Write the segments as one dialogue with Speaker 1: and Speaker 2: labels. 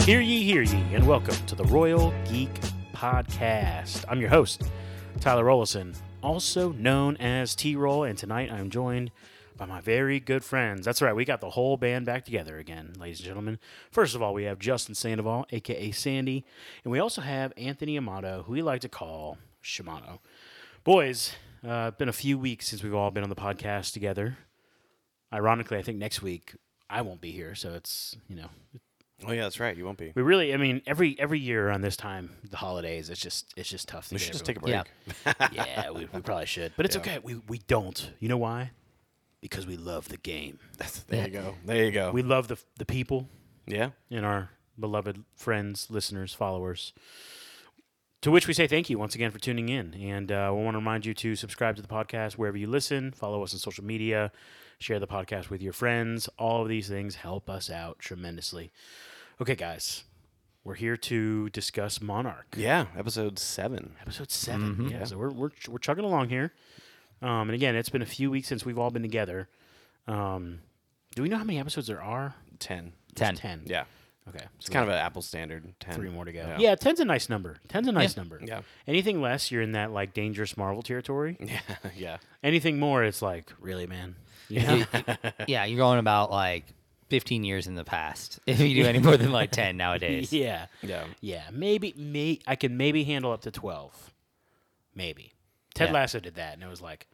Speaker 1: Hear ye, hear ye, and welcome to the Royal Geek Podcast. I'm your host, Tyler Rollison, also known as T Roll, and tonight I'm joined by my very good friends. That's right, we got the whole band back together again, ladies and gentlemen. First of all, we have Justin Sandoval, aka Sandy, and we also have Anthony Amato, who we like to call Shimano. Boys, uh, been a few weeks since we've all been on the podcast together. Ironically, I think next week I won't be here, so it's you know
Speaker 2: Oh yeah, that's right. You won't be.
Speaker 1: we really, I mean, every every year around this time, the holidays, it's just it's just tough. To
Speaker 2: We
Speaker 1: get
Speaker 2: should just take a
Speaker 1: everyone-
Speaker 2: break.
Speaker 1: yeah, we, we probably should, but it's okay. We we don't. You know why? Because we love the game.
Speaker 2: That's, there you go. There you go.
Speaker 1: We love the the people
Speaker 2: yeah.
Speaker 1: and our beloved friends, listeners, followers. To which we say thank you once again for tuning in. And uh, we want to remind you to subscribe to the podcast wherever you listen, follow us on social media, share the podcast with your friends. All of these things help us out tremendously. Okay, guys, we're here to discuss Monarch.
Speaker 2: Yeah. Mm-hmm. Episode seven.
Speaker 1: Episode 7 Yeah, so we're, we're, ch- we're chugging along here. Um, and again, it's been a few weeks since we've all been together. Um, do we know how many episodes there are?
Speaker 2: Ten.
Speaker 1: There's
Speaker 3: 10.
Speaker 1: 10.
Speaker 2: Yeah.
Speaker 1: Okay. so
Speaker 2: It's kind of an Apple standard. Ten.
Speaker 1: three more to go.
Speaker 2: Yeah.
Speaker 1: Yeah, ten's a nice number. Ten's a nice number.
Speaker 2: Yeah.
Speaker 1: Anything less, you're in that like dangerous Marvel territory.
Speaker 2: Yeah. yeah.
Speaker 1: Anything more, it's like really, man.
Speaker 3: You- you- yeah, you're going about like 15 years in the past if you do any more than like 10 nowadays.
Speaker 1: yeah,
Speaker 2: Yeah.
Speaker 1: yeah. Maybe, may I can maybe handle up to twelve. Maybe. Ted
Speaker 3: Yeah.
Speaker 1: Lasso did that, and it was like,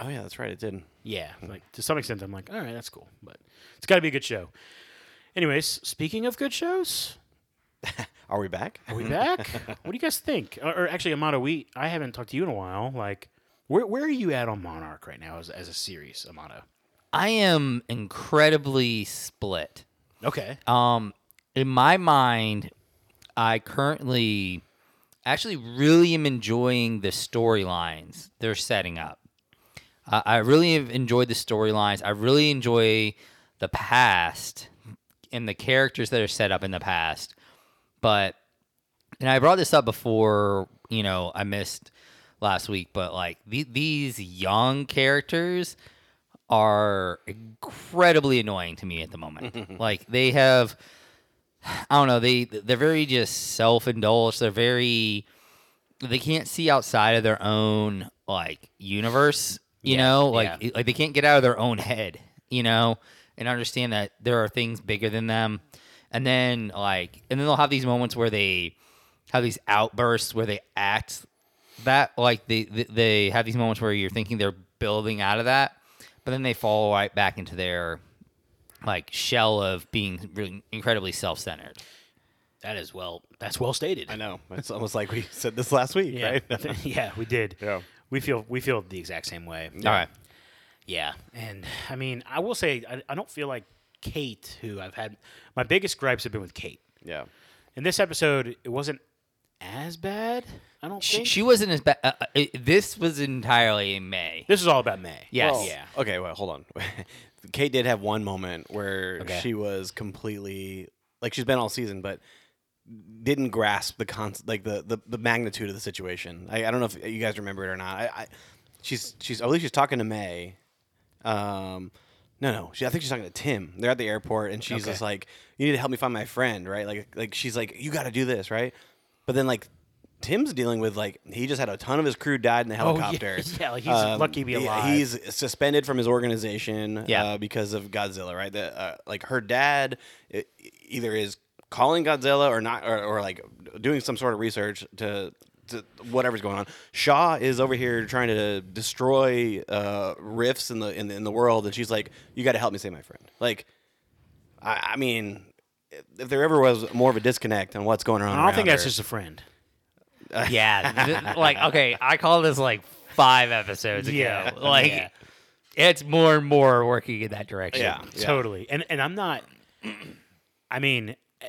Speaker 2: Oh yeah, that's right. It did.
Speaker 1: yeah, like to some extent, I'm like, all right, that's cool, but it's got to be a good show. Anyways, speaking of good shows,
Speaker 2: Are we back?
Speaker 1: Are we back? what do you guys think? Or, or actually, Amato, we I haven't talked to you in a while. Like, where where are you at on Monarch right now as, as a series, Amato?
Speaker 3: I am incredibly split.
Speaker 1: Okay.
Speaker 3: Um, in my mind, I currently actually really am enjoying the storylines they're setting up. Uh, I really have enjoyed the storylines. I really enjoy the past and the characters that are set up in the past. But, and I brought this up before, you know, I missed last week, but like the, these young characters are incredibly annoying to me at the moment. like they have I don't know, they they're very just self-indulged. They're very they can't see outside of their own like universe, you
Speaker 1: Yeah,
Speaker 3: know? Like like they can't get out of their own head, you know, and understand that there are things bigger than them. And then like and then they'll have these moments where they have these outbursts where they act that like they they- they have these moments where you're thinking they're building out of that, but then they fall right back into their like shell of being really incredibly self-centered.
Speaker 1: That is well. That's well stated.
Speaker 2: I know. It's almost like we said this last week,
Speaker 1: Yeah.
Speaker 2: right?
Speaker 1: yeah, we did.
Speaker 2: Yeah.
Speaker 1: We feel we feel the exact same way.
Speaker 3: All right.
Speaker 1: Yeah, and I mean, I will say, I, I don't feel like Kate, who I've had my biggest gripes have been with Kate.
Speaker 2: yeah.
Speaker 1: In this episode, it wasn't as bad. I don't
Speaker 3: She,
Speaker 1: think
Speaker 3: she wasn't as bad. Uh, uh, it- this was entirely in May.
Speaker 1: This is all about May.
Speaker 3: Yes.
Speaker 2: Well,
Speaker 1: Yeah.
Speaker 2: Okay. Well, hold on. Kate did have one moment where
Speaker 1: Okay.
Speaker 2: she was completely like she's been all season, but didn't grasp the con like the, the, the magnitude of the situation. I, I don't know if you guys remember it or not. I, I she's she's I believe she's talking to May. Um, no, no, she, I think she's talking to Tim. They're at the airport, and she's
Speaker 1: Okay.
Speaker 2: just like, "You need to help me find my friend," right? Like like she's like, "You got to do this," right? But then like. Tim's dealing with like he just had a ton of his crew died in the
Speaker 1: Oh, yeah.
Speaker 2: helicopter.
Speaker 1: Yeah, like, he's lucky to be
Speaker 2: he-
Speaker 1: alive.
Speaker 2: He's is suspended from his organization
Speaker 3: Yeah.
Speaker 2: uh, because of Godzilla, right? The, uh, like her dad e- either is calling Godzilla or not, or, or like doing some sort of research to, to whatever's going on. Shaw is over here trying to destroy uh, rifts in the, in the in the world, and she's like, "You got to help me save my friend." Like, I, I mean. If there ever was more of a disconnect on what's going on,
Speaker 1: I don't think
Speaker 2: around
Speaker 1: that's
Speaker 2: her.
Speaker 1: just a friend.
Speaker 3: yeah. th- like okay, I call this like five episodes ago.
Speaker 1: Yeah.
Speaker 3: Like
Speaker 1: Yeah.
Speaker 3: it's more and more working in that direction.
Speaker 2: yeah, yeah.
Speaker 1: totally and and i'm not i mean I-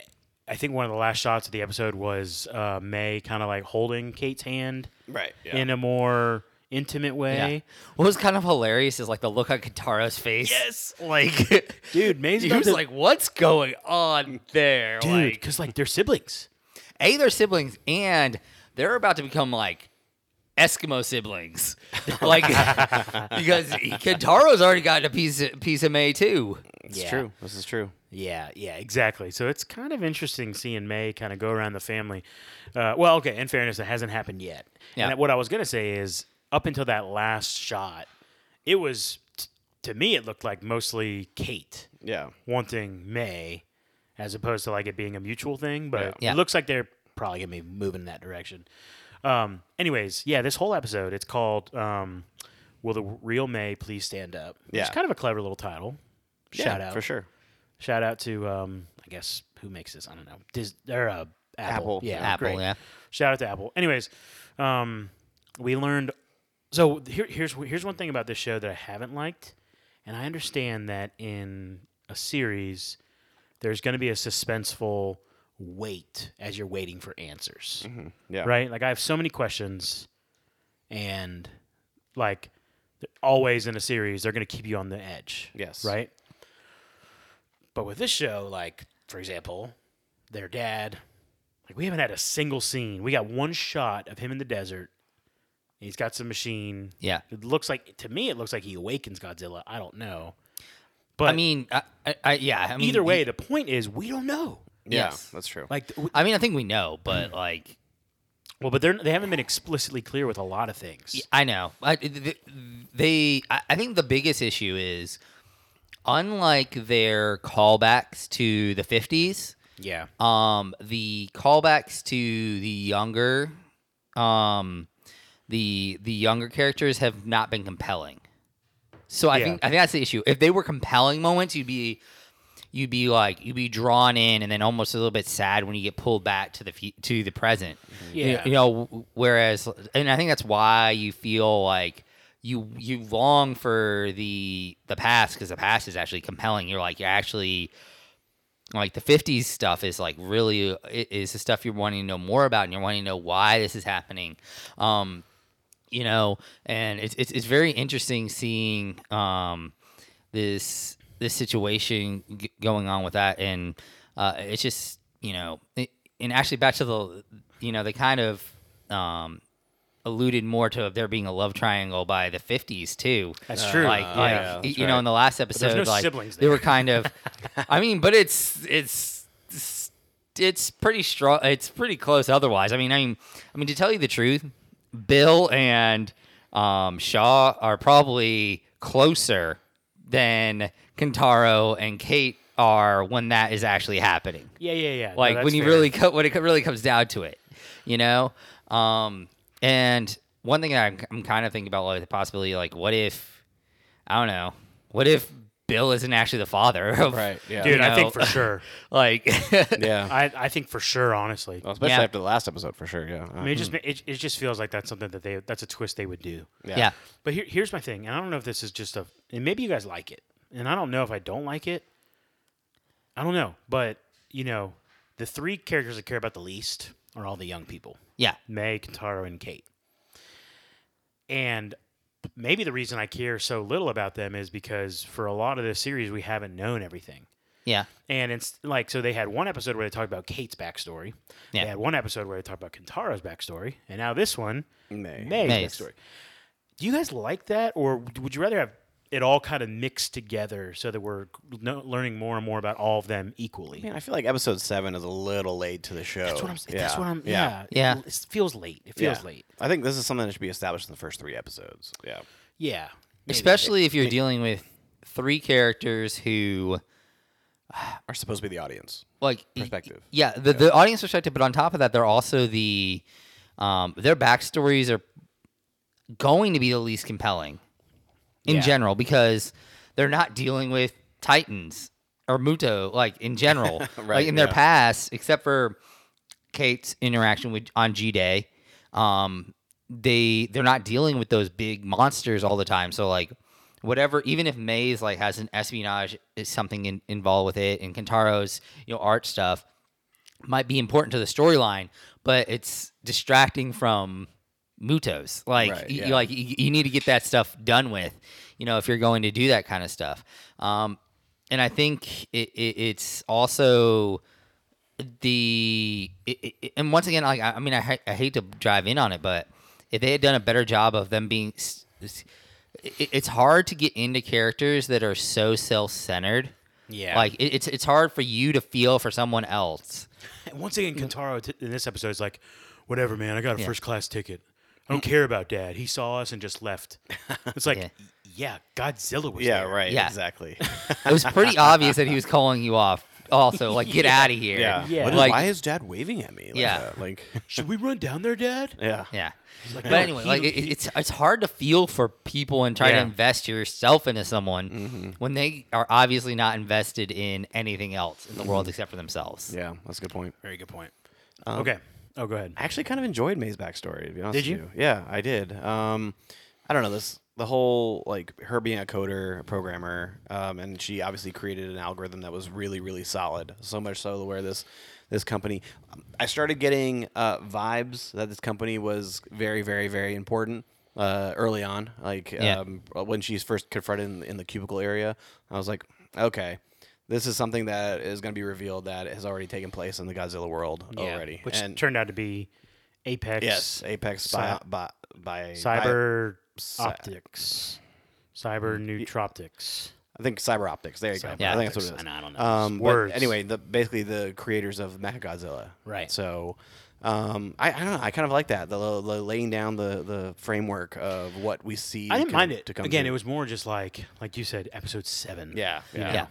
Speaker 1: i think one of the last shots of the episode was uh, may kind of like holding kate's hand
Speaker 2: right. Yeah.
Speaker 1: in a more intimate
Speaker 3: Yeah.
Speaker 1: way
Speaker 3: What was kind of hilarious is like the look on Kataro's face.
Speaker 1: yes like dude may's
Speaker 3: He
Speaker 1: about
Speaker 3: was
Speaker 1: to-
Speaker 3: like, "What's going on there?"
Speaker 1: dude
Speaker 3: like,
Speaker 1: because like they're siblings
Speaker 3: A, they're siblings, and they're about to become like Eskimo siblings, like because Kentaro's already gotten a piece piece of May too.
Speaker 2: it's true. This is true.
Speaker 1: Yeah, yeah, exactly. So it's kind of interesting seeing May kind of go around the family. Uh, well, okay, in fairness, it hasn't happened yet.
Speaker 3: Yeah.
Speaker 1: And what I was going to say is up until that last shot, it was, t- to me, it looked like mostly Kate
Speaker 2: Yeah.
Speaker 1: wanting May as opposed to like it being a mutual thing. But
Speaker 3: Yeah.
Speaker 1: it looks like they're probably going to be moving in that direction. Um, anyways, yeah, this whole episode, it's called um, Will the Real May Please Stand Up? It's
Speaker 2: Yeah.
Speaker 1: kind of a clever little title. Shout
Speaker 2: Yeah,
Speaker 1: out.
Speaker 2: for sure.
Speaker 1: Shout out to um, I guess who makes this? I don't know. Dis- or uh, Apple.
Speaker 2: Apple.
Speaker 1: Yeah,
Speaker 3: Apple,
Speaker 1: great.
Speaker 3: yeah.
Speaker 1: Shout out to Apple. Anyways, um, we learned. So here, here's here's one thing about this show that I haven't liked, and I understand that in a series, there's going to be a suspenseful wait as you're waiting for answers
Speaker 2: Mm-hmm. Yeah.
Speaker 1: right? Like I have so many questions, and like th- always in a series, they're going to keep you on the edge.
Speaker 2: Yes.
Speaker 1: Right. But with this show, like for example, their dad, like we haven't had a single scene. We got one shot of him in the desert. and He's got some machine.
Speaker 3: Yeah.
Speaker 1: It looks like to me, it looks like he awakens Godzilla. I don't know. But
Speaker 3: I mean, I, I, I yeah. I mean,
Speaker 1: either way, the point is we don't know.
Speaker 2: Yeah,
Speaker 3: Yes.
Speaker 2: that's true.
Speaker 1: Like th- we,
Speaker 3: I mean, I think we know,
Speaker 1: Mm.
Speaker 3: but like,
Speaker 1: well, but they're they haven't been explicitly clear with a lot of things.
Speaker 3: I know. I, th- they, I I think the biggest issue is, unlike their callbacks to the '50s,
Speaker 1: yeah.
Speaker 3: um, the callbacks to the younger, um, the the younger characters have not been compelling. So I
Speaker 1: Yeah.
Speaker 3: think I think that's the issue. If they were compelling moments, you'd be you'd be like you'd be drawn in and then almost a little bit sad when you get pulled back to the fu- to the present. You-
Speaker 1: Yeah.
Speaker 3: You, know, w- whereas and I think that's why you feel like you you long for the the past cuz the past is actually compelling. You're like you're actually like the 50s stuff is like really uh, i- is the stuff you're wanting to know more about and you're wanting to know why this is happening. Um you know, and it's it's, it's very interesting seeing um, this this situation g- going on with that, and uh, it's just you know, it, and actually back to the you know they kind of um, alluded more to there being a love triangle by the fifties too.
Speaker 1: That's true. Uh,
Speaker 3: Like, like,
Speaker 1: Yeah,
Speaker 3: y-
Speaker 2: that's
Speaker 3: you know, in the last
Speaker 1: there's
Speaker 3: episode,
Speaker 1: no
Speaker 3: like
Speaker 1: siblings
Speaker 3: they
Speaker 1: there.
Speaker 3: were kind of, I mean, but it's it's it's- it's pretty strong. It's pretty close. Otherwise, I mean, I mean, I mean to tell you the truth, Bill and um, Shaw are probably closer than Kentaro and Kate are when that is actually happening.
Speaker 1: Yeah, yeah, yeah. No,
Speaker 3: Like
Speaker 1: that's
Speaker 3: when you
Speaker 1: fair.
Speaker 3: really co- when it co- really comes down to it, you know. Um, and one thing I'm, I'm kind of thinking about like the possibility, like what if, I don't know, what if Bill isn't actually the father? Of,
Speaker 2: Right, yeah.
Speaker 1: dude,
Speaker 3: you
Speaker 1: I think for
Speaker 3: know,
Speaker 1: sure.
Speaker 3: like
Speaker 2: yeah.
Speaker 1: I, I think for sure, honestly.
Speaker 2: well, especially
Speaker 3: Yeah.
Speaker 2: after the last episode, for sure. Yeah.
Speaker 1: I mean, it just it, it just feels like that's something that they that's a twist they would do.
Speaker 2: yeah.
Speaker 3: yeah.
Speaker 1: But here, here's my thing, and I don't know if this is just a and maybe you guys like it, and I don't know if I don't like it. I don't know, but you know, the three characters I care about the least are all the young people.
Speaker 3: yeah,
Speaker 1: May, Kentaro, and Kate. And maybe the reason I care so little about them is because for a lot of this series, we haven't known everything.
Speaker 3: yeah,
Speaker 1: And it's like so they had one episode where they talked about Kate's backstory.
Speaker 3: Yeah.
Speaker 1: They had one episode where they talked about Kentaro's backstory, and now this one,
Speaker 2: May.
Speaker 1: May's
Speaker 3: May's.
Speaker 1: backstory. Do you guys like that, or would you rather have it all kind of mixed together so that we're no, learning more and more about all of them equally?
Speaker 2: Man, I feel like episode seven is a little late to the show.
Speaker 1: That's what I'm. That's what I'm. Yeah.
Speaker 3: Yeah.
Speaker 1: It, it feels late. It feels
Speaker 2: Yeah.
Speaker 1: late.
Speaker 2: I think this is something that should be established in the first three episodes. Yeah.
Speaker 1: Yeah. Maybe.
Speaker 3: especially if you're dealing with three characters who
Speaker 2: Are supposed to be the audience.
Speaker 3: like y-
Speaker 2: Perspective.
Speaker 3: Yeah, the, the audience perspective, but on top of that, they're also the um, their backstories are going to be the least compelling in
Speaker 1: Yeah.
Speaker 3: general because they're not dealing with titans or Muto like in general, like
Speaker 2: Right,
Speaker 3: in their
Speaker 2: yeah.
Speaker 3: past, except for Kate's interaction with on G Day. Um, they they're not dealing with those big monsters all the time. So like whatever, even if Maze like has an espionage is something in, involved with it, and Kentaro's you know art stuff might be important to the storyline, but it's distracting from Mutos. Like
Speaker 2: Right,
Speaker 3: y-
Speaker 2: yeah.
Speaker 3: you like you, you need to get that stuff done with, you know, if you're going to do that kind of stuff. Um, and I think it, it, it's also the it, it- it- and once again, like I, I mean, I, ha- I hate to drive in on it, but if they had done a better job of them being, s- s- it, it's hard to get into characters that are so self centered
Speaker 1: Yeah.
Speaker 3: Like it, it's it's hard for you to feel for someone else.
Speaker 1: Once again, Kentaro t- in this episode is like, whatever, man. I got a first class ticket.
Speaker 2: Mm.
Speaker 1: I don't care about Dad. He saw us and just left. It's like, yeah,
Speaker 3: Yeah.
Speaker 1: Godzilla was
Speaker 2: Yeah,
Speaker 1: there.
Speaker 2: right.
Speaker 3: Yeah.
Speaker 2: Exactly.
Speaker 3: It was pretty obvious that he was calling you off. Also, like get out of here.
Speaker 2: yeah.
Speaker 1: Yeah.
Speaker 2: What is-
Speaker 3: Like-
Speaker 2: why is dad waving at me? Like
Speaker 3: Yeah.
Speaker 2: that? Like,
Speaker 1: Should we run down there, Dad?
Speaker 2: yeah.
Speaker 3: Yeah.
Speaker 1: like,
Speaker 3: but
Speaker 1: no,
Speaker 3: anyway,
Speaker 1: he-
Speaker 3: like it,
Speaker 1: he-
Speaker 3: it's it's hard to feel for people and try
Speaker 1: Yeah.
Speaker 3: to invest yourself into someone
Speaker 2: Mm-hmm.
Speaker 3: when they are obviously not invested in anything else in the world except for themselves.
Speaker 2: Yeah. That's a good point.
Speaker 1: Very good point. okay. Oh, go ahead.
Speaker 2: Um, I actually kind of enjoyed May's backstory. To be honest,
Speaker 1: Did
Speaker 2: with
Speaker 1: you?
Speaker 2: Yeah, I did. Um, I don't know this the whole like her being a coder, a programmer, um, and she obviously created an algorithm that was really, really solid. So much so where this this company, I started getting uh, vibes that this company was very, very, very important. Uh, early on, like
Speaker 3: Yeah.
Speaker 2: um, when she's first confronted in, in the cubicle area, I was like, okay, this is something that is going to be revealed that has already taken place in the Godzilla world
Speaker 1: Yeah,
Speaker 2: already.
Speaker 1: Which
Speaker 2: And-
Speaker 1: turned out to be Apex.
Speaker 2: Yes, Apex by by, by
Speaker 1: Cyber
Speaker 2: Cy-
Speaker 1: optics. Cyber nootropics.
Speaker 2: I think Cyber Optics. There you go.
Speaker 3: Yeah,
Speaker 2: I think that's what it
Speaker 1: Optics.
Speaker 2: is.
Speaker 1: I don't know.
Speaker 2: Um, but
Speaker 1: Words.
Speaker 2: Anyway, the basically the creators of Mechagodzilla.
Speaker 1: Right.
Speaker 2: So, um, I, I don't know. I kind of like that the, the laying down the the framework of what we see.
Speaker 1: I didn't
Speaker 2: come-
Speaker 1: mind it.
Speaker 2: To come
Speaker 1: Again,
Speaker 2: to.
Speaker 1: it was more just like, like you said, episode seven.
Speaker 2: yeah, yeah,
Speaker 3: Yeah.
Speaker 2: yeah,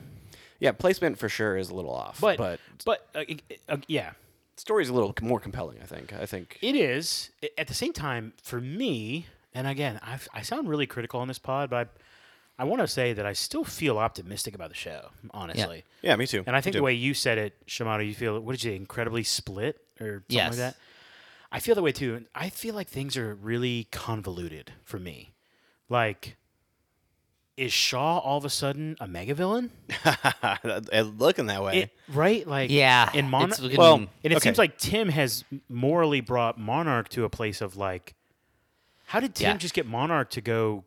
Speaker 2: Placement for sure is a little off,
Speaker 1: But,
Speaker 2: but
Speaker 1: but, uh, it- it- uh, yeah,
Speaker 2: story's a little more compelling. I think. I think.
Speaker 1: it is. I- At the same time, for me, and again, i I sound really critical on this pod, but I, I want to say that I still feel optimistic about the show, honestly.
Speaker 2: yeah, me too.
Speaker 1: And I think
Speaker 2: Me
Speaker 1: the
Speaker 2: too.
Speaker 1: way you said it, Shimano, you feel what did you say, incredibly split or something
Speaker 3: Yes.
Speaker 1: like that? I feel that way too. And I feel like things are really convoluted for me. Like, is Shaw all of a sudden a mega villain?
Speaker 2: It looking that way.
Speaker 1: It- right? Like,
Speaker 3: Yeah,
Speaker 1: In Mon-
Speaker 3: it's looking-
Speaker 1: well,
Speaker 3: Well,
Speaker 1: and it
Speaker 2: okay.
Speaker 1: seems like Tim has morally brought Monarch to a place of like, how did Tim
Speaker 3: Yeah. Oh.
Speaker 1: just get Monarch to go?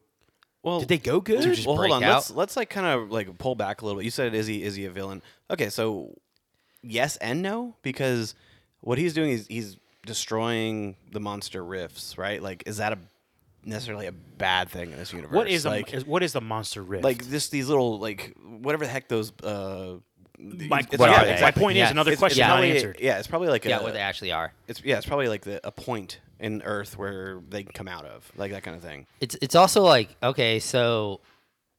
Speaker 2: Well,
Speaker 1: Did they go good?
Speaker 3: just
Speaker 2: well, hold
Speaker 3: break
Speaker 2: on.
Speaker 3: out?
Speaker 2: Let's let's like kind of like pull back a little bit. You said is he is he a villain? Okay, so yes and no because what he's doing is he's destroying the monster riffs, right? Like, is that a necessarily a bad thing in this universe?
Speaker 1: what is,
Speaker 2: like
Speaker 1: a, is what is the monster rift?
Speaker 2: like just these little like whatever the heck those uh
Speaker 1: my,
Speaker 2: it's-
Speaker 1: what
Speaker 2: yeah,
Speaker 1: are they? my
Speaker 2: exactly.
Speaker 1: point
Speaker 3: Yeah.
Speaker 1: is another
Speaker 2: It's-
Speaker 1: question
Speaker 2: it's
Speaker 1: not
Speaker 2: probably-
Speaker 1: answered.
Speaker 2: Yeah, it's probably like
Speaker 3: Yeah,
Speaker 2: a,
Speaker 3: where they actually are.
Speaker 2: it's yeah, it's probably like the, a point in Earth where they can come out of, like that kind of thing.
Speaker 3: It's it's also like okay, so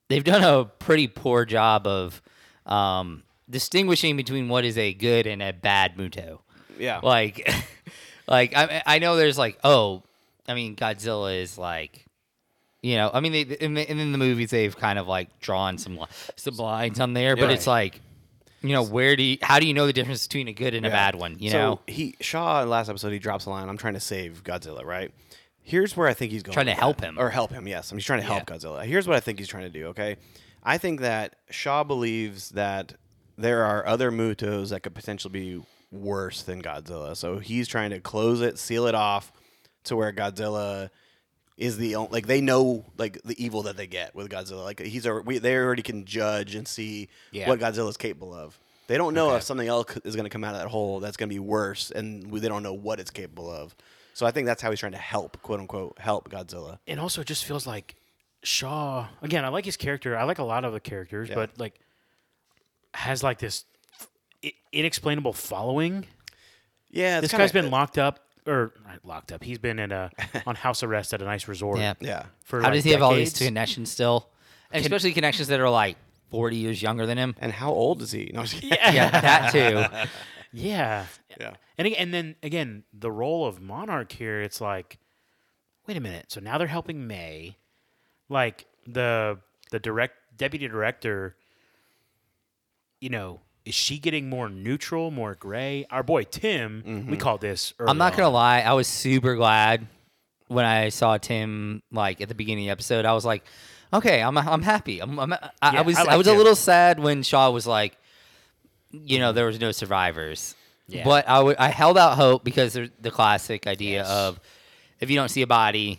Speaker 3: they've done a pretty poor job of um, distinguishing between what is a good and a bad Muto.
Speaker 2: Yeah.
Speaker 3: Like, like I I know there's like oh, I mean Godzilla is like. You know, I mean, they, in, the, in the movies they've kind of like drawn some li- some lines on there, but
Speaker 2: Yeah.
Speaker 3: it's like, you know, where do you, how do you know the difference between a good and a
Speaker 2: Yeah.
Speaker 3: bad one? You
Speaker 2: so
Speaker 3: know,
Speaker 2: he Shaw in the last episode he drops a line. I'm trying to save Godzilla, right? Here's where I think he's going.
Speaker 3: Trying to
Speaker 2: with
Speaker 3: help
Speaker 2: that.
Speaker 3: him.
Speaker 2: or help him. Yes, I'm just trying to help Godzilla. Here's what I think he's trying to do. Okay, I think that Shaw believes that there are other Mutos that could potentially be worse than Godzilla. So he's trying to close it, seal it off, to where Godzilla is the only like they know like the evil that they get with Godzilla. Like he's al- we they already can judge and see
Speaker 1: Yeah.
Speaker 2: what Godzilla's capable of. They don't know if something else is going to come out of that hole that's going to be worse, and we- they don't know what it's capable of. So I think that's how he's trying to help, quote unquote, help Godzilla.
Speaker 1: and also it just feels like Shaw again. I like his character. I like a lot of the characters, but like has like this i- inexplainable following.
Speaker 2: Yeah,
Speaker 1: This guy's been locked up or not locked up. He's been in a on house arrest at a nice resort.
Speaker 3: Yeah.
Speaker 2: yeah,
Speaker 1: For
Speaker 3: how
Speaker 1: like,
Speaker 3: does he have all these
Speaker 1: decades.
Speaker 3: connections still, and especially connections that are like forty years younger than him?
Speaker 2: and how old is he? No, I'm just kidding.
Speaker 3: yeah, that too.
Speaker 1: Yeah.
Speaker 2: yeah,
Speaker 1: And ag- and then again, the role of monarch here. It's like, wait a minute. So now they're helping May, like the the direct deputy director. You know, is she getting more neutral, more gray? Our boy Tim, we called this. Early
Speaker 3: I'm not gonna
Speaker 1: on.
Speaker 3: lie, I was super glad when I saw Tim like at the beginning of the episode. I was like, okay, I'm I'm happy. I'm, I'm I, I
Speaker 1: Yeah,
Speaker 3: was
Speaker 1: I
Speaker 3: I,
Speaker 1: like
Speaker 3: was
Speaker 1: Tim.
Speaker 3: a little sad when Shaw was like, you know, there was no survivors.
Speaker 1: Yeah.
Speaker 3: But I would I held out hope because there's the classic idea
Speaker 1: Yes.
Speaker 3: of if you don't see a body,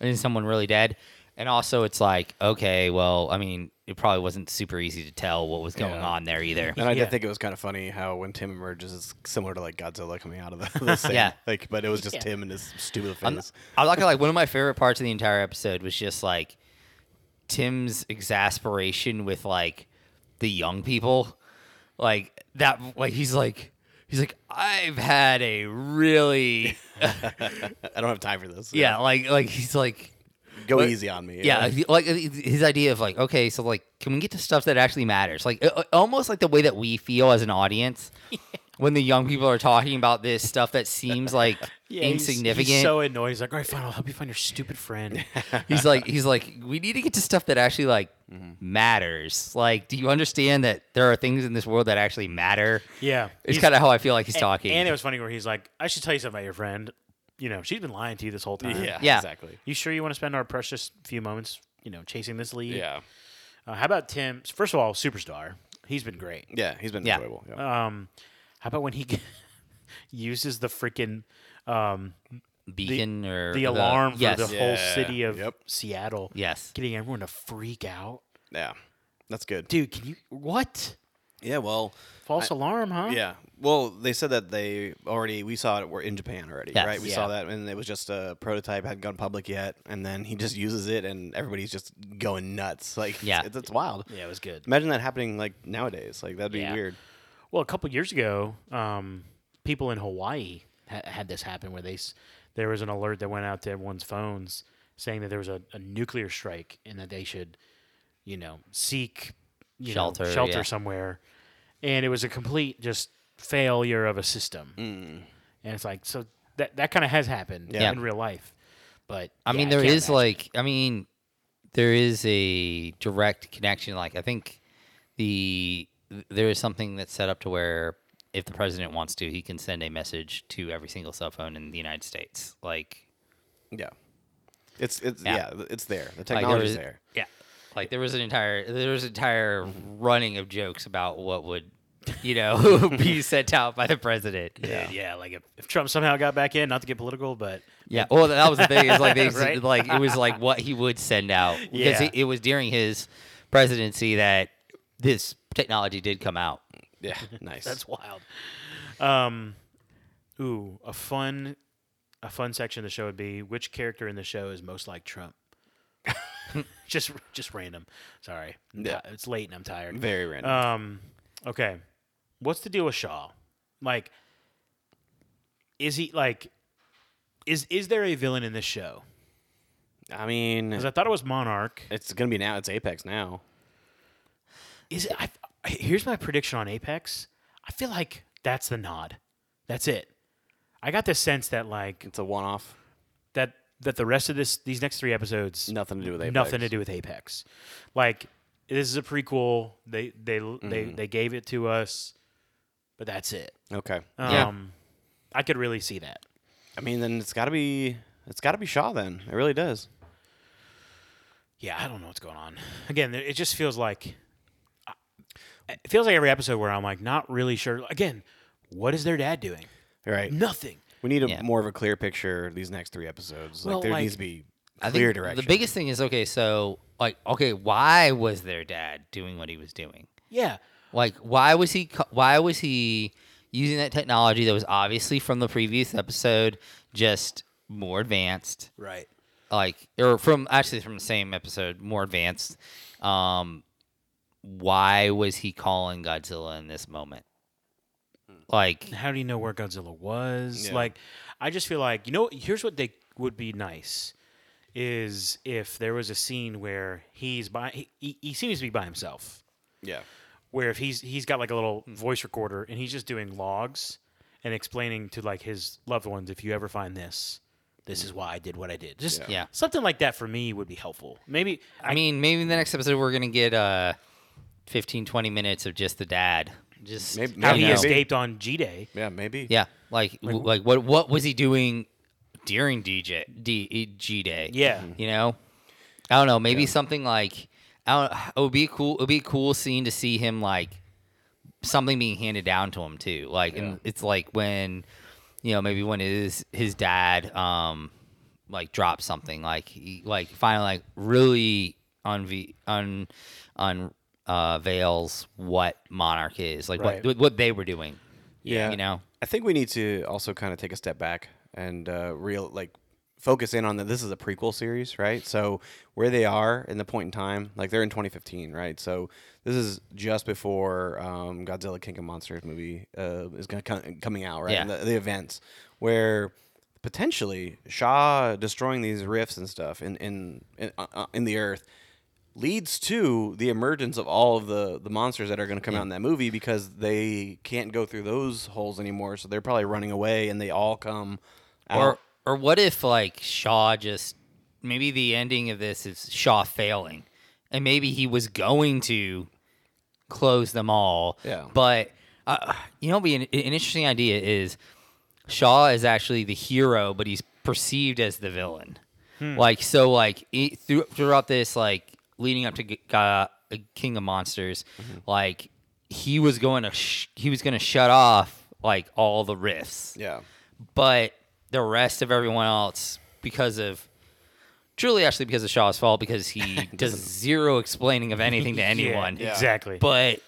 Speaker 3: then someone really dead. And also, it's like, okay, well, I mean, it probably wasn't super easy to tell what was going
Speaker 2: Yeah.
Speaker 3: on there either.
Speaker 2: and I
Speaker 1: Yeah.
Speaker 2: did think it was kind of funny how when Tim emerges, it's similar to like Godzilla coming out of the, the sand.
Speaker 3: Yeah.
Speaker 2: like, but it was just
Speaker 1: Yeah.
Speaker 2: Tim and his stupid
Speaker 3: I'm-
Speaker 2: face.
Speaker 3: I'm not gonna like one of my favorite parts of the entire episode was just like Tim's exasperation with like the young people, like that. Like he's like he's like I've had a really
Speaker 2: I don't have time for this.
Speaker 3: yeah like like he's like
Speaker 2: Go easy on me.
Speaker 3: yeah like, like uh, his idea of like okay so like can we get to stuff that actually matters like uh, almost like the way that we feel as an audience when the young people are talking about this stuff that seems like
Speaker 1: he's-
Speaker 3: insignificant
Speaker 1: He's so annoyed. He's like, all right, fine, I'll help you find your stupid friend.
Speaker 3: he's like he's like we need to get to stuff that actually like
Speaker 1: Mm-hmm.
Speaker 3: matters like do you understand that there are things in this world that actually matter
Speaker 1: yeah.
Speaker 3: it's
Speaker 1: he's-
Speaker 3: kind of how i feel like he's talking
Speaker 1: And it was funny where he's like, I should tell you something about your friend. You know, she's been lying to you this whole time.
Speaker 2: Yeah.
Speaker 3: Yeah.
Speaker 2: Exactly.
Speaker 1: You sure you want to spend our precious few moments, you know, chasing this lead?
Speaker 2: Yeah.
Speaker 1: Uh, how about Tim? First of all, superstar. He's been great.
Speaker 2: Yeah. He's been
Speaker 3: Yeah. Uh.
Speaker 2: enjoyable. Yeah.
Speaker 1: Um, how about when he uses the freaking um
Speaker 3: beacon or
Speaker 1: the alarm
Speaker 3: yes
Speaker 1: for the
Speaker 2: Yeah.
Speaker 1: whole city of
Speaker 2: Yep.
Speaker 1: Seattle?
Speaker 3: yes
Speaker 1: getting everyone to freak out.
Speaker 2: yeah. That's good.
Speaker 1: Dude, can you what?
Speaker 2: Yeah. Well.
Speaker 1: False alarm, huh?
Speaker 2: Yeah. Well, they said that they already we saw it were in Japan already,
Speaker 3: Yes.
Speaker 2: right? We
Speaker 1: Yeah.
Speaker 2: saw that, and it was just a prototype hadn't gone public yet, and then he just uses it, and everybody's just going nuts. Like,
Speaker 3: Yeah.
Speaker 2: it's, it's wild.
Speaker 1: Yeah, it was good.
Speaker 2: Imagine that happening like nowadays. Like that'd be
Speaker 1: Yeah.
Speaker 2: weird.
Speaker 1: Well, a couple years ago, um, people in Hawaii ha- had this happen where they s- there was an alert that went out to everyone's phones saying that there was a, a nuclear strike and that they should, you know, seek you know,
Speaker 3: Shelter,
Speaker 1: shelter
Speaker 3: yeah.
Speaker 1: somewhere. And it was a complete just failure of a system.
Speaker 3: Mm.
Speaker 1: And it's like so that that kind of has happened
Speaker 2: Yeah.
Speaker 1: in real life. But
Speaker 3: I
Speaker 1: yeah,
Speaker 3: mean, there
Speaker 1: can't
Speaker 3: is
Speaker 1: imagine.
Speaker 3: like, I mean, there is a direct connection. Like, I think the there is something that's set up to where if the president wants to, he can send a message to every single cell phone in the United States. Like,
Speaker 2: Yeah. It's it's yeah,
Speaker 3: Yeah.
Speaker 2: it's there. The
Speaker 3: like
Speaker 2: technology's
Speaker 3: was-
Speaker 2: there.
Speaker 3: Yeah, like there was an entire there was an entire
Speaker 1: Mm-hmm.
Speaker 3: running of jokes about what would you know be sent out by the president.
Speaker 1: Yeah, yeah. Like if, if Trump somehow got back in, not to get political, but
Speaker 3: Yeah. Well, that was the thing. Is like they
Speaker 1: Right?
Speaker 3: like it was like what he would send out because
Speaker 1: Yeah.
Speaker 3: it, it was during his presidency that this technology did come out.
Speaker 2: Yeah, nice.
Speaker 1: that's wild. Um, ooh, a fun, a fun section of the show would be which character in the show is most like Trump. just, just random. Sorry,
Speaker 2: Yeah.
Speaker 1: Ti- it's late and I'm tired.
Speaker 2: very random.
Speaker 1: Um, okay, what's the deal with Shaw? Like, is he like, is is there a villain in this show?
Speaker 2: I mean,
Speaker 1: Because I thought it was Monarch.
Speaker 2: it's gonna be now. It's Apex now.
Speaker 1: Is it? I, here's my prediction on Apex. I feel like that's the nod. That's it. I got the sense that like
Speaker 2: It's a one-off.
Speaker 1: that that the rest of this these next three episodes
Speaker 2: Nothing to do with Apex.
Speaker 1: nothing to do with Apex. Like this is a prequel. They they they they gave it to us, but that's it.
Speaker 2: Okay.
Speaker 1: Um,
Speaker 3: Yeah.
Speaker 1: I could really see that.
Speaker 2: I mean, then it's gotta be it's gotta be Shaw. Then it really does.
Speaker 1: Yeah, I don't know what's going on. Again, it just feels like it feels like every episode where I'm like not really sure. Again, what is their dad doing?
Speaker 2: Right.
Speaker 1: Nothing.
Speaker 2: We need a,
Speaker 3: Yeah.
Speaker 2: more of a clear picture these next three episodes. Like
Speaker 1: Well,
Speaker 2: there
Speaker 1: like-
Speaker 2: needs to be
Speaker 3: I think
Speaker 2: clear direction.
Speaker 3: The biggest thing is okay. So like okay, why was their dad doing what he was doing?
Speaker 1: Yeah.
Speaker 3: Like why was he co- why was he using that technology that was obviously from the previous episode, just more advanced?
Speaker 1: Right.
Speaker 3: like or from actually from the same episode more advanced um why was he calling godzilla in this moment
Speaker 2: Hmm.
Speaker 3: like
Speaker 1: how do you know where Godzilla was?
Speaker 2: Yeah.
Speaker 1: Like, I just feel like you know. Here's what they would be nice is if there was a scene where he's by he, he, he seems to be by himself.
Speaker 2: yeah.
Speaker 1: Where if he's he's got like a little
Speaker 2: Hmm.
Speaker 1: voice recorder and he's just doing logs and explaining to like his loved ones if you ever find this, this is why I did what I did. Just
Speaker 2: Hmm. Yeah.
Speaker 3: Yeah.
Speaker 1: something like that for me would be helpful. Maybe
Speaker 3: i mean maybe in the next episode we're gonna get uh 15 20 minutes of just the dad just
Speaker 2: Maybe-
Speaker 1: how
Speaker 3: you
Speaker 1: he
Speaker 3: know.
Speaker 1: escaped on G Day.
Speaker 2: Yeah. Maybe.
Speaker 3: yeah like w- like what what was he doing during dj D, g day
Speaker 1: Yeah.
Speaker 3: you know i don't know maybe something like i don't it would be cool it would be a cool scene to see him like something being handed down to him too like and it's like when you know maybe when his his dad um like drops something like he like finally like really unve- un un unveils what monarch is like
Speaker 1: Right.
Speaker 3: what what they were doing
Speaker 2: Yeah.
Speaker 3: you know
Speaker 2: I think we need to also kind of take a step back and uh, real like focus in on that this is a prequel series, right? So where they are in the point in time, like they're in 2015, right? So this is just before um, Godzilla King of Monsters movie uh, is gonna come, coming out, right?
Speaker 3: Yeah.
Speaker 2: And The, the events where potentially Shaw destroying these rifts and stuff in in in, uh, uh, in the earth leads to the emergence of all of the the monsters that are going to come out in that movie because they can't go through those holes anymore so they're probably running away and they all come out.
Speaker 3: Or or what if like Shaw just maybe the ending of this is Shaw failing, and maybe he was going to close them all.
Speaker 2: Yeah.
Speaker 3: But uh, you know, be an, an interesting idea is Shaw is actually the hero, but he's perceived as the villain. Like so, like it, through, throughout this, like leading up to G- Ga- uh, King of Monsters, like he was going to sh- he was going to shut off like all the rifts
Speaker 2: yeah
Speaker 3: but the rest of everyone else because of truly actually because of Shaw's fault because he does zero explaining of anything to anyone.
Speaker 1: Yeah, Exactly.
Speaker 3: But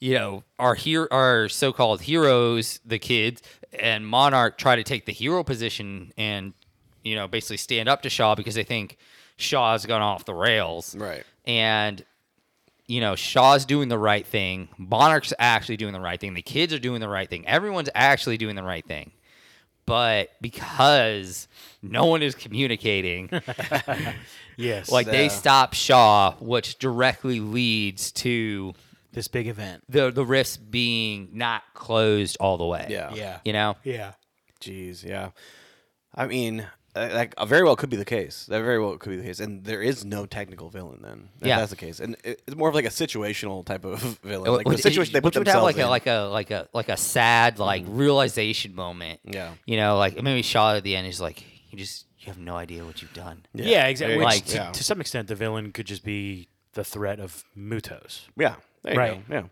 Speaker 3: you know, our here our so-called heroes, the kids and Monarch try to take the hero position and you know, basically stand up to Shaw because they think Shaw's gone off the rails.
Speaker 2: right
Speaker 3: And you know, Shaw's doing the right thing. Monarch's actually doing the right thing. The kids are doing the right thing. Everyone's actually doing the right thing. But because no one is communicating,
Speaker 1: yes.
Speaker 3: like they
Speaker 2: Yeah.
Speaker 3: stop Shaw, which directly leads to
Speaker 1: this big event.
Speaker 3: the the rifts being not closed all the way.
Speaker 2: yeah
Speaker 1: Yeah.
Speaker 3: You know?
Speaker 1: Yeah.
Speaker 2: Jeez, yeah. I mean, uh, that uh, very well could be the case. That very well could be the case, and there is no technical villain then. If
Speaker 3: Yeah.
Speaker 2: that's the case, and it- it's more of like a situational type of villain,
Speaker 3: Wh-
Speaker 2: like the
Speaker 3: which-
Speaker 2: situation they put
Speaker 3: which would have
Speaker 2: themselves
Speaker 3: like a
Speaker 2: in.
Speaker 3: like a like a like a sad like realization moment.
Speaker 2: Yeah.
Speaker 3: You know, like maybe Shaw at the end is like, you just you have no idea what you've done.
Speaker 1: Yeah, exactly.
Speaker 2: There
Speaker 1: Which
Speaker 2: you
Speaker 3: Like,
Speaker 2: go.
Speaker 1: to,
Speaker 2: yeah,
Speaker 1: to some extent, the villain could just be the threat of Mutos.
Speaker 2: yeah, there you
Speaker 1: Right.
Speaker 2: go. yeah,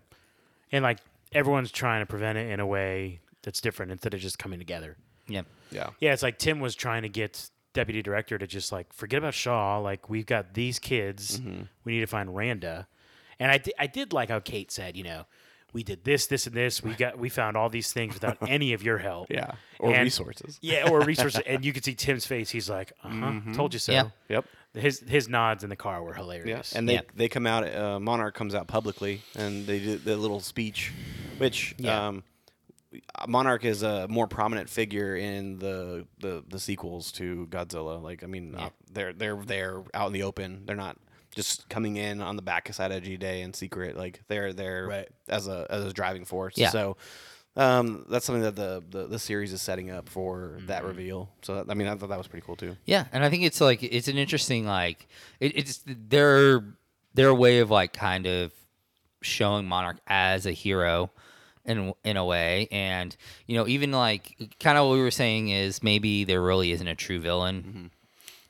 Speaker 1: And like everyone's trying to prevent it in a way that's different instead of just coming together.
Speaker 3: Yeah.
Speaker 2: yeah,
Speaker 1: Yeah, it's like Tim was trying to get deputy director to just like forget about Shaw. Like we've got these kids.
Speaker 2: Mm-hmm.
Speaker 1: We need to find Randa. And I, di- I did like how Kate said, you know, we did this, this, and this. We got we found all these things without any of your help.
Speaker 2: yeah, or
Speaker 1: And-
Speaker 2: resources. Mm-hmm.
Speaker 1: Yeah, or resources. and you could see Tim's face. He's like, uh huh, told you so.
Speaker 3: Yeah.
Speaker 2: Yep.
Speaker 1: His his nods in the car were
Speaker 2: Yeah,
Speaker 1: hilarious.
Speaker 2: and they
Speaker 3: Yeah.
Speaker 2: they come out. Uh, Monarch comes out publicly, and they do the little speech, which
Speaker 1: Yeah.
Speaker 2: um, Monarch is a more prominent figure in the the, the sequels to Godzilla. Like, I mean, uh, they're they're they're out in the open. They're not just coming in on the backside of G Day in secret. Like, they're they're
Speaker 1: Right.
Speaker 2: as a as a driving force.
Speaker 3: Yeah.
Speaker 2: So. Um, that's something that the, the, the series is setting up for that reveal. So I mean, I thought that was pretty cool too.
Speaker 3: Yeah, and I think it's like it's an interesting like it, it's their their way of like kind of showing Monarch as a hero in in a way, and you know even like kind of what we were saying is maybe there really isn't a true villain,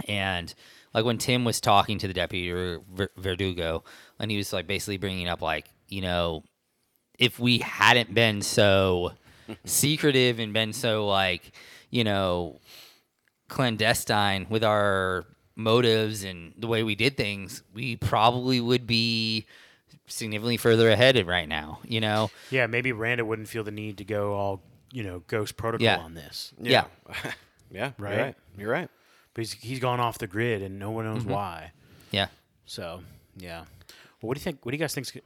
Speaker 3: and like when Tim was talking to the deputy or Ver- Verdugo, and he was like basically bringing up like you know if we hadn't been so secretive and been so like you know clandestine with our motives and the way we did things, we probably would be significantly further ahead right now, you know?
Speaker 1: Yeah, maybe Randa wouldn't feel the need to go all you know Ghost Protocol
Speaker 3: Yeah.
Speaker 1: on this,
Speaker 3: Yeah.
Speaker 2: yeah, yeah
Speaker 1: Right.
Speaker 2: You're right. You're right.
Speaker 1: but he's, he's gone off the grid and no one knows
Speaker 2: Mm-hmm.
Speaker 1: why.
Speaker 3: Yeah.
Speaker 1: So yeah, well, what do you think? What do you guys think?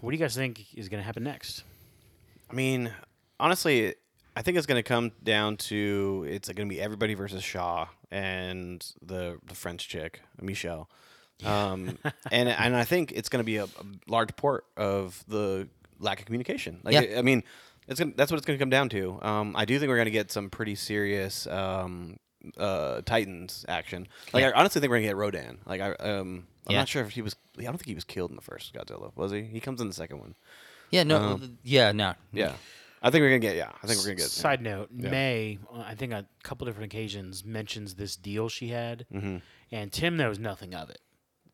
Speaker 1: What do you guys think is going to happen next?
Speaker 2: I mean, honestly, I think it's going to come down to it's going to be everybody versus Shaw and the the French chick Michelle, um, and and I think it's going to be a, a large part of the lack of communication. Like,
Speaker 3: Yeah.
Speaker 2: I mean, it's gonna, that's what it's going to come down to. Um, I do think we're going to get some pretty serious. Um, uh, Titans action. Like I honestly think we're gonna get Rodan. Like I, um, I'm
Speaker 3: Yeah.
Speaker 2: not sure if he was. I don't think he was killed in the first Godzilla. Was he? He comes in the second one.
Speaker 3: Yeah, no yeah, no.
Speaker 2: Yeah. I think we're gonna get. Yeah, I think we're gonna get.
Speaker 1: Side note: May, uh, I think on a couple different occasions mentions this deal she had,
Speaker 2: Mm-hmm.
Speaker 1: and Tim knows nothing of it,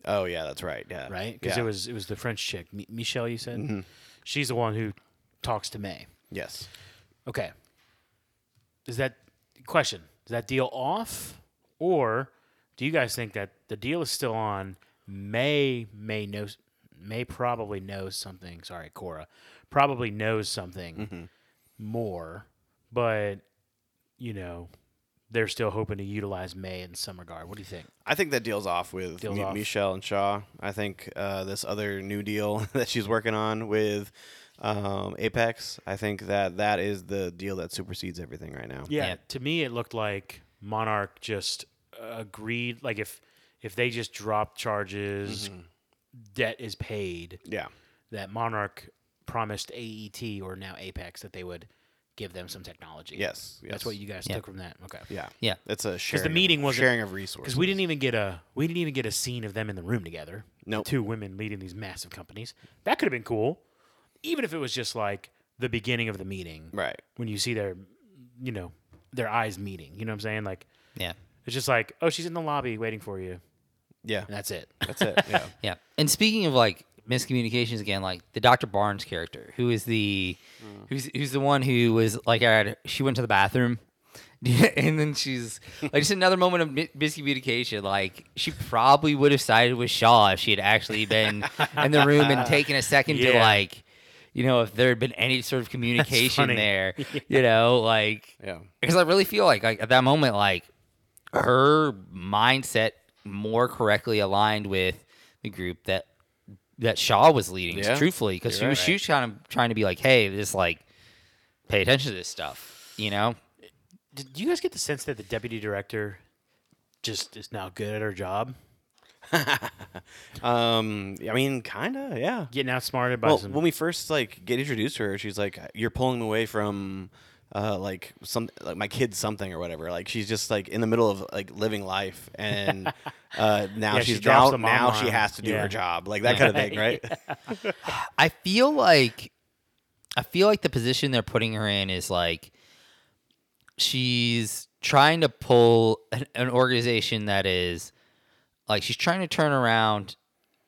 Speaker 2: Oh yeah, that's right. Yeah.
Speaker 1: right? Because
Speaker 2: yeah. Mm-hmm.
Speaker 1: it was it was the French chick, M- Michelle. You said she's the one who talks to May.
Speaker 2: Yes.
Speaker 1: Okay. Is that question? Is that deal off, or do you guys think that the deal is still on? May may know may probably knows something. Sorry, Cora, probably knows something more, but you know they're still hoping to utilize May in some regard. What do you think?
Speaker 2: I think that deal's off with
Speaker 1: Deal's
Speaker 2: Mi-
Speaker 1: off.
Speaker 2: Michelle and Shaw. I think uh, this other new deal that she's working on with um, Apex, I think that that is the deal that supersedes everything right now.
Speaker 1: Yeah,
Speaker 3: Yeah.
Speaker 1: to me it looked like Monarch just uh, agreed. Like if if they just drop charges, debt is paid.
Speaker 2: Yeah.
Speaker 1: That Monarch promised AET or now Apex that they would give them some technology.
Speaker 2: Yes. yes.
Speaker 1: that's what you guys
Speaker 3: Yeah.
Speaker 1: took from that. Okay,
Speaker 2: Yeah.
Speaker 3: Yeah.
Speaker 2: It's a sharing. of-
Speaker 1: meeting wasn't-
Speaker 2: sharing of resources.
Speaker 1: because we didn't even get a we didn't even get a scene of them in the room together.
Speaker 2: Nope.
Speaker 1: two women leading these massive companies. That could have been cool, even if it was just like the beginning of the meeting,
Speaker 2: Right.
Speaker 1: When you see their, you know, their eyes meeting. You know what I'm saying? Like
Speaker 3: Yeah.
Speaker 1: It's just like, oh, she's in the lobby waiting for you.
Speaker 2: Yeah.
Speaker 1: And that's it.
Speaker 2: That's it. Yeah.
Speaker 3: Yeah. And speaking of like miscommunications again, like the Dr. Barnes character, who is the who's who's the one who was like all right, she went to the bathroom. and then she's like just another moment of mi- miscommunication. Like she probably would have sided with Shaw if she had actually been in the room and taken a second to
Speaker 1: Yeah.
Speaker 3: like, you know, if there had been any sort of communication
Speaker 1: funny.
Speaker 3: there. You know, like
Speaker 2: Yeah.
Speaker 3: because I really feel like, like at that moment, like her mindset more correctly aligned with the group that that Shaw was leading.
Speaker 2: Yeah.
Speaker 3: Truthfully, because
Speaker 2: You're
Speaker 3: she
Speaker 2: right.
Speaker 3: was she was kind of trying to be like, hey, this like pay attention to this stuff, you know?
Speaker 1: Did you guys get the sense that the deputy director just is now good at her job?
Speaker 2: Um, I mean, kind of. Yeah.
Speaker 1: Getting outsmarted by
Speaker 2: Well,
Speaker 1: some.
Speaker 2: when we first like get introduced to her, she's like, "You're pulling away from, uh, like some like my kid something or whatever." Like she's just like in the middle of like living life, and uh, now
Speaker 1: Yeah, she
Speaker 2: she's
Speaker 1: drops
Speaker 2: now,
Speaker 1: the mom
Speaker 2: now she
Speaker 1: line.
Speaker 2: has to do
Speaker 1: Yeah.
Speaker 2: her job, like that kind of thing, right?
Speaker 3: I feel like I feel like the position they're putting her in is like she's trying to pull an, an organization that is like she's trying to turn around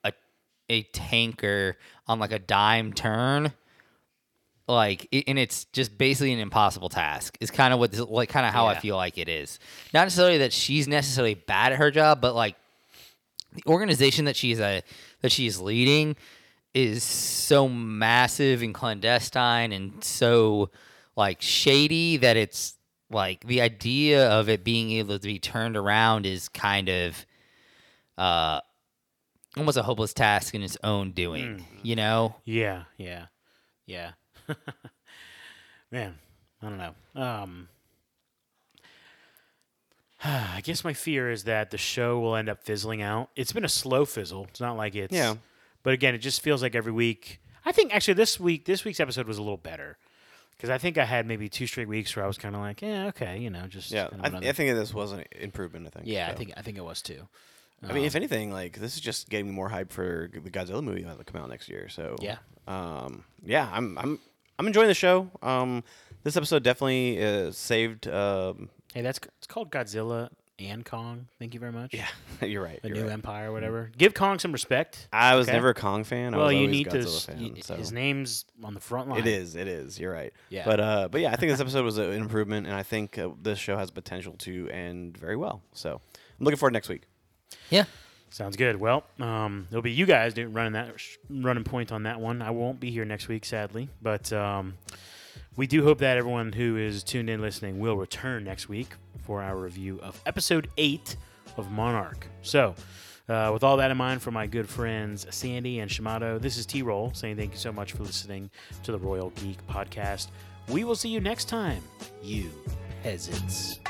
Speaker 3: a a tanker on like a dime turn like i- and it's just basically an impossible task is kind of what this, like kind of how i
Speaker 1: Yeah.
Speaker 3: feel like it is not necessarily that she's necessarily bad at her job but like the organization that she's a that she's leading is so massive and clandestine and so like shady that it's like the idea of it being able to be turned around is kind of uh almost a hopeless task in its own doing you know
Speaker 1: yeah, yeah, yeah. Man, I don't know. Um, I guess my fear is that the show will end up fizzling out. It's been a slow fizzle. It's not like it's.
Speaker 2: Yeah.
Speaker 1: But again, it just feels like every week. I think actually this week, this week's episode was a little better because I think I had maybe two straight weeks where I was kind of like, yeah, okay, you know, just
Speaker 2: yeah,
Speaker 1: kind of
Speaker 2: I,
Speaker 1: another
Speaker 2: I think this was an improvement. I think.
Speaker 1: Yeah, I
Speaker 2: so.
Speaker 1: think um, I think it was too.
Speaker 2: I mean, if anything, like this is just getting me more hype for the Godzilla movie that'll come out next year. So
Speaker 1: Yeah.
Speaker 2: um, yeah, I'm I'm I'm enjoying the show. Um, this episode definitely uh, saved. Um,
Speaker 1: Hey, that's c- it's called Godzilla and Kong. Thank you very much.
Speaker 2: yeah, you're right.
Speaker 1: the
Speaker 2: you're
Speaker 1: new
Speaker 2: right.
Speaker 1: empire, or whatever. Give Kong some respect.
Speaker 2: I was
Speaker 1: Okay.
Speaker 2: never a Kong fan. I
Speaker 1: well,
Speaker 2: was
Speaker 1: you
Speaker 2: always
Speaker 1: need to.
Speaker 2: Godzilla
Speaker 1: s-
Speaker 2: Fan,
Speaker 1: y-
Speaker 2: so.
Speaker 1: His name's on the front line.
Speaker 2: It is. It is. You're right.
Speaker 1: Yeah.
Speaker 2: But uh, but yeah, I think this episode was an improvement, and I think uh, this show has potential to end very well. So I'm looking forward to next week.
Speaker 3: yeah
Speaker 1: Sounds good. Well, um, it'll be you guys doing running that sh- running point on that one. I won't be here next week, sadly, but um, we do hope that everyone who is tuned in listening will return next week for our review of episode eight of Monarch. So, uh, with all that in mind, for my good friends Sandy and Shimado, this is T Roll saying thank you so much for listening to the Royal Geek Podcast. We will see you next time, you peasants.